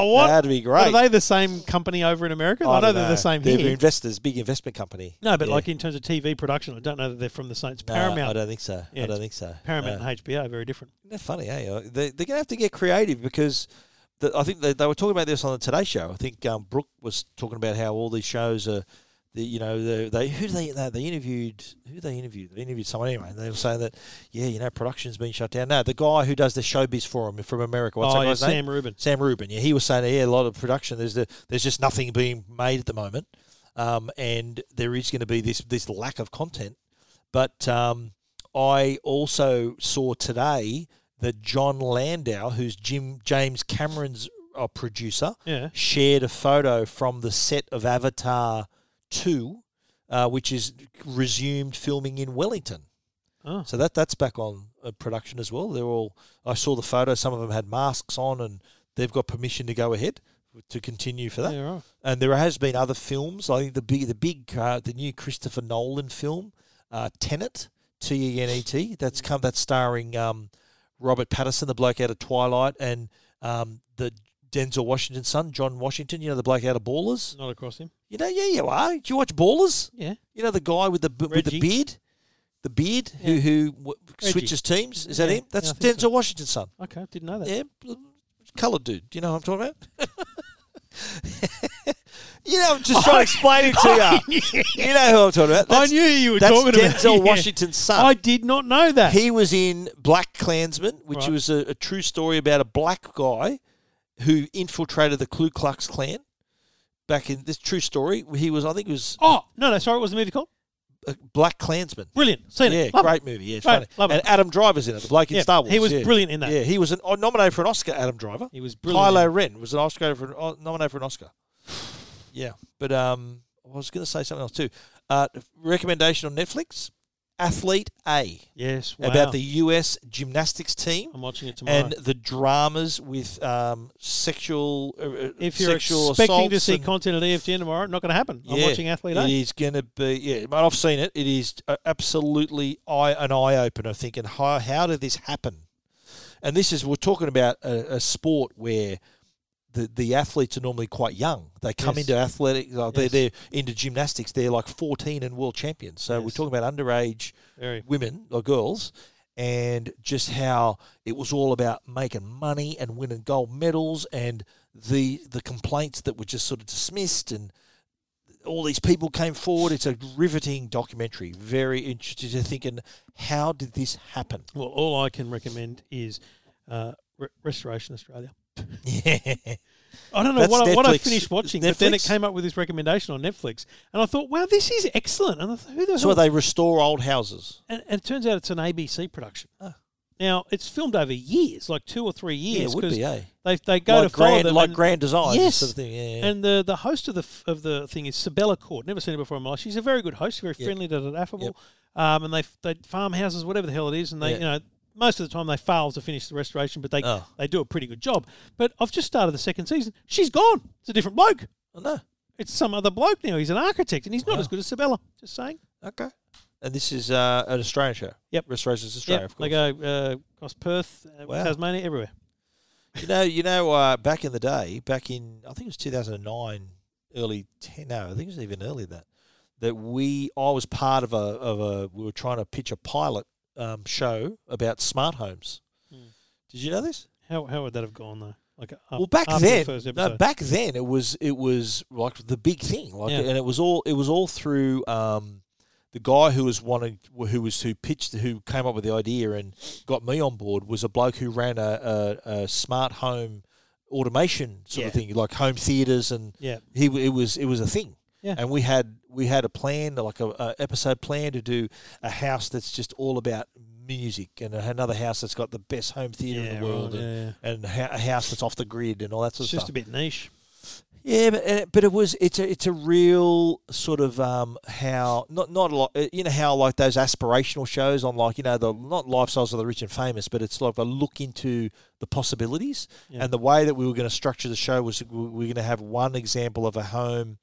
Oh, what? That'd be great. Are they the same company over in America? I, know, don't they're the same They're here. investors, big investment company. no, but Yeah. like in terms of TV production, I don't know that they're from the same. It's No, I Paramount, don't think so. Yeah, I don't it's think so. No. Paramount and HBO, very different. They're funny, eh? They, they're going to have to get creative because the, I think they, they were talking about this on the Today Show. I think um, Brooke was talking about how all these shows are, the, you know, they, they who do they, they they interviewed who did they interviewed they interviewed someone anyway, and they were saying that yeah, you know, production's been shut down. No, the guy who does the showbiz for him from America, what's oh, that yeah, guy's name? Sam Rubin. Sam Rubin. Yeah, he was saying, yeah, a lot of production. There's the, there's just nothing being made at the moment, um, and there is going to be this this lack of content. But um, I also saw today that John Landau, who's Jim James Cameron's uh, producer, Yeah. shared a photo from the set of Avatar Two, uh, which is resumed filming in Wellington. Oh. So that that's back on uh, production as well. They're all. I saw the photo. Some of them had masks on, and they've got permission to go ahead to continue for that. Yeah, right. And there has been other films. I think the big, the big, uh, the new Christopher Nolan film, uh, Tenet, T E N E T. That's come. That's starring um, Robert Patterson, the bloke out of Twilight, and um, the Denzel Washington's son, John Washington. You know the bloke out of Ballers. Not across him. You know, yeah, you are. Do you watch Ballers? Yeah. You know the guy with the with Reggie. the beard, the beard who Yeah. who w- Reggie. switches teams. Is that Yeah, him? That's yeah, I think Denzel so. Washington's son. Okay, didn't know that. Yeah, bl- coloured dude. Do you know what I'm talking about? you know, I'm just trying to explain it to you. You know who I'm talking about? I knew you were that's talking about Denzel yeah. Washington's son. I did not know that. He was in Black Klansman, which Right. was a, a true story about a black guy who infiltrated the Ku Klux Klan. Back in this true story, he was I think it was oh no, no, sorry. What was the movie called? a Black Klansman. Brilliant. Seen Yeah, it. Love it. great movie. Yeah, it's Right, funny. love it. And Adam Driver's in it, the bloke in Yeah, Star Wars. he was yeah. brilliant in that. Yeah, he was an, oh, nominated for an Oscar. Adam Driver. He was brilliant. Kylo Ren was an Oscar for an, oh, nominated for an Oscar. Yeah, but um, I was going to say something else too. Uh, recommendation on Netflix: Athlete A Yes. Wow. Oh about the U.S. gymnastics team I'm watching it tomorrow. and the dramas with um, sexual uh, uh, if you're sexual expecting to assaults see and- content at EFTN tomorrow, not going to happen. I'm Yeah, watching Athlete It A. is going to be, yeah, but I've seen it. It is a- absolutely eye, an eye opener thinking, how, how did this happen? And this is, we're talking about a, a sport where the, the athletes are normally quite young. They come Yes. into athletics, uh, they're, Yes. they're into gymnastics, they're like 14 and world champions. So we're Yes. talking about underage Very. women or girls and just how it was all about making money and winning gold medals and the the complaints that were just sort of dismissed and all these people came forward it's a riveting documentary very interesting to thinking how did this happen Well, all I can recommend is uh, Re- Restoration Australia. yeah I don't know That's what I, what I Netflix. finished watching, but then it Netflix? came up with this recommendation on Netflix, and I thought, wow, this is excellent. And I thought, who the so hell? they restore old houses and, and it turns out it's an ABC production. Oh. Now it's filmed over years, like two or three yeah years. it would 'cause be eh? They, they go like to follow grand them like and- grand designs Yes. sort of thing yeah, yeah. And the, the host of the f- of the thing is Sibella Court. Never seen her before in my life. She's a very good host, very Yep. friendly, da, da, da, affable. Um, and they f- they farmhouses, whatever the hell it is, and they Yeah. you know most of the time they fail to finish the restoration, but they Oh. they do a pretty good job. But I've just started the second season. She's gone. It's a different bloke. I know. It's some other bloke now. He's an architect, and he's not Wow. as good as Sibella. Just saying. okay and this is uh, an Australian show Yep. restorations Australia Yeah, of course they go uh, across Perth, uh, Wow. Tasmania, everywhere. You know, you know, uh, back in the day, back in I think it was two thousand and nine, early ten. No, I think it was even earlier than that. That we, I was part of a of a. We were trying to pitch a pilot um, show about smart homes. Hmm. Did you know this? How, how would that have gone though? Like uh, well, back after then, the first no, episode. back then it was it was like the big thing, like, Yeah. and it was all it was all through um, the guy who was wanted, who was who pitched, who came up with the idea and got me on board was a bloke who ran a, a, a smart home automation sort of Yeah. thing, like home theaters, and Yeah. he it was it was a thing. Yeah. And we had we had a plan, like a, a episode plan, to do a house that's just all about music, and another house that's got the best home theater in the world, right, and, yeah, yeah. and ha- a house that's off the grid, and all that sort It's of stuff. just a bit niche. Yeah, but and it- but it was it's a it's a real sort of um how not not a lot uh, you know how like those aspirational shows on like you know the not lifestyles of the rich and famous but it's like a look into the possibilities Yeah. and the way that we were going to structure the show was we we were going to have one example of a home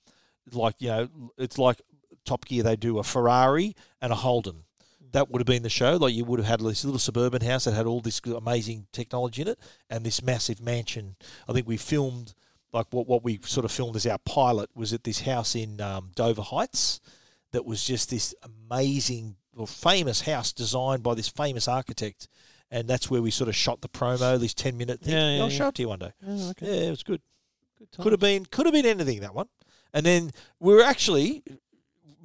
like you know it's like Top Gear they do a Ferrari and a Holden that would have been the show like you would have had this little suburban house that had all this amazing technology in it and this massive mansion I think we filmed like what, what we sort of filmed as our pilot was at this house in um, Dover Heights that was just this amazing well, famous house designed by this famous architect and that's where we sort of shot the promo this 10 minute thing Yeah, yeah, I'll yeah. show it to you one day Oh, okay. yeah it was good Good could have been could have been anything that one and then we were actually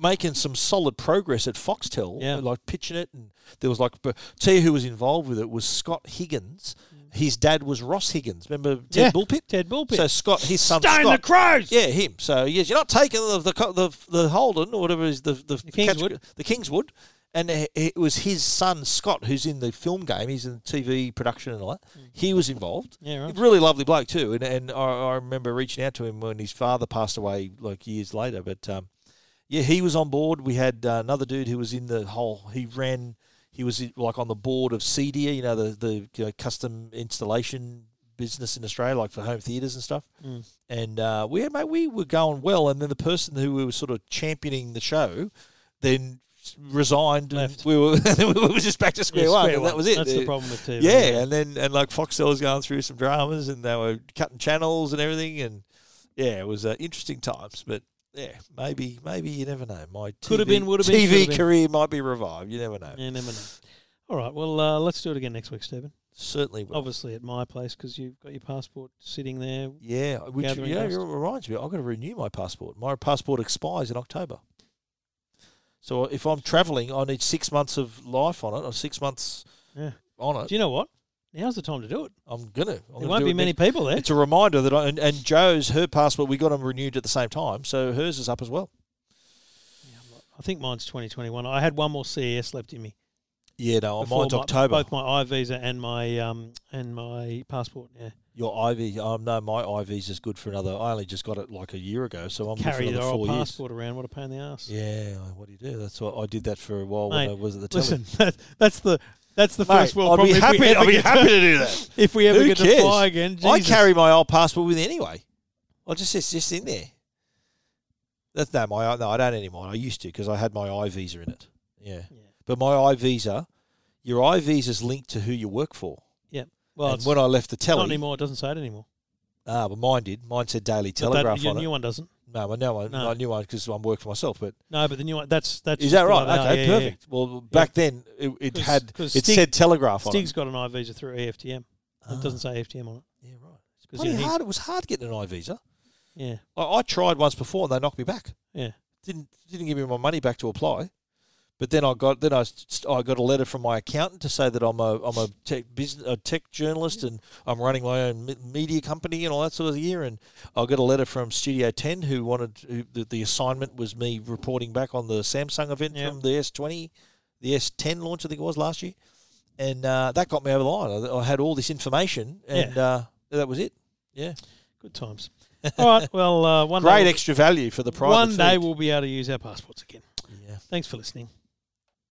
making some solid progress at Foxtel Yeah. like pitching it and there was like but tell you who was involved with it was Scott Higgins his dad was Ross Higgins remember Ted Mm. Yeah. Bullpit Ted Bullpit. so Scott, his son Stone Scott. the Crows. yeah, him. So yes, you're not taking the the co- the, the Holden or whatever is the the, Kingswood. the Kingswood, and it- it was his son Scott who's in the film game. He's in TV production and all that. Mm. He was involved. Yeah, right. Really lovely bloke too. And and I, I remember reaching out to him when his father passed away like years later. But um, yeah, he was on board. We had uh, another dude who was in the whole. He ran. He was in- like on the board of CDA, you know, the the you know, custom installation business in Australia, like for home theatres and stuff. Mm. And uh, we, mate, we were going well. And then the person who we were sort of championing the show, then resigned. Left. And we were we were just back to square, Yeah, one, square and that was it. That's Uh, the problem with TV. yeah, and then and like Foxtel was going through some dramas, and they were cutting channels and everything, and yeah, it was uh, interesting times. But yeah, maybe maybe you never know. My TV, Could have been, would have been, should TV have been. career might be revived. You never know. You never know. All right. Well, uh, let's do it again next week, Stephen. Certainly will. Obviously at my place because you've got your passport sitting there. Yeah, which Gathering you know, dust. it reminds me, I've got to renew my passport. My passport expires in October. So uh, if I'm travelling, I need six months of life on it, or six months Yeah. on it. Do you know what? Now's the time to do it. I'm gonna. I'm there gonna won't do be it many next- people there. It's a reminder that I, and, and Joe's her passport we got them renewed at the same time, so hers is up as well. Yeah, I'm not- I think mine's 2021. I had one more CES left in me. Yeah, no, before Oh, mine's my- October. Both my I visa and my um and my passport. Yeah. Your IV, um, no, my IV's is good for another. I only just got it like a year ago, so I'm Carry good for their another four old years. passport around. What a pain in the ass. Yeah, what do you do? That's what I did that for a while when Mate, I was at the telly. Listen, that, that's the that's the first Mate, world I'll problem. be if we happy. ever I'll be get to- happy to do that. if we ever Who get cares? to fly again. I Jesus. carry my old passport with me anyway. I just it's just in there. That's no my no I don't anymore. I used to because I had my I visa in it. Yeah, Yeah. but my I visa, your I visa is linked to who you work for. Well, and it's when I left the not telly, anymore. It doesn't say it anymore. ah, but mine did. Mine said Daily But that- Telegraph your on new it. one doesn't. No, but now I, No. I knew one because I'm working for myself. But No, but the new one. That's that's. is just that the right? one that- Okay, yeah, yeah, yeah. perfect. Well, back then it, it 'Cause- had 'cause it Ah. Stig- said Telegraph on Stig's got an I visa through E EFTM. it. It doesn't say E EFTM on it. Ah, yeah, right. 'Cause, Bloody you know, he- hard. It was hard getting an I visa. Yeah, I, I tried once before and they knocked me back. yeah. Didn't didn't give me my money back to apply. But then I got then I, s- I got a letter from my accountant to say that I'm a I'm a tech business a tech journalist and I'm running my own me- media company and all that sort of year and I got a letter from Studio 10 who wanted who, the, the assignment was me reporting back on the Samsung event Yeah. from the S20 the S10 launch I think it was last year and uh, that got me over the line I, I had all this information and uh, that was it yeah Good times. All right. Well, uh, one great day, extra value for the private one day feed. we'll be able to use our passports again. yeah Thanks for listening.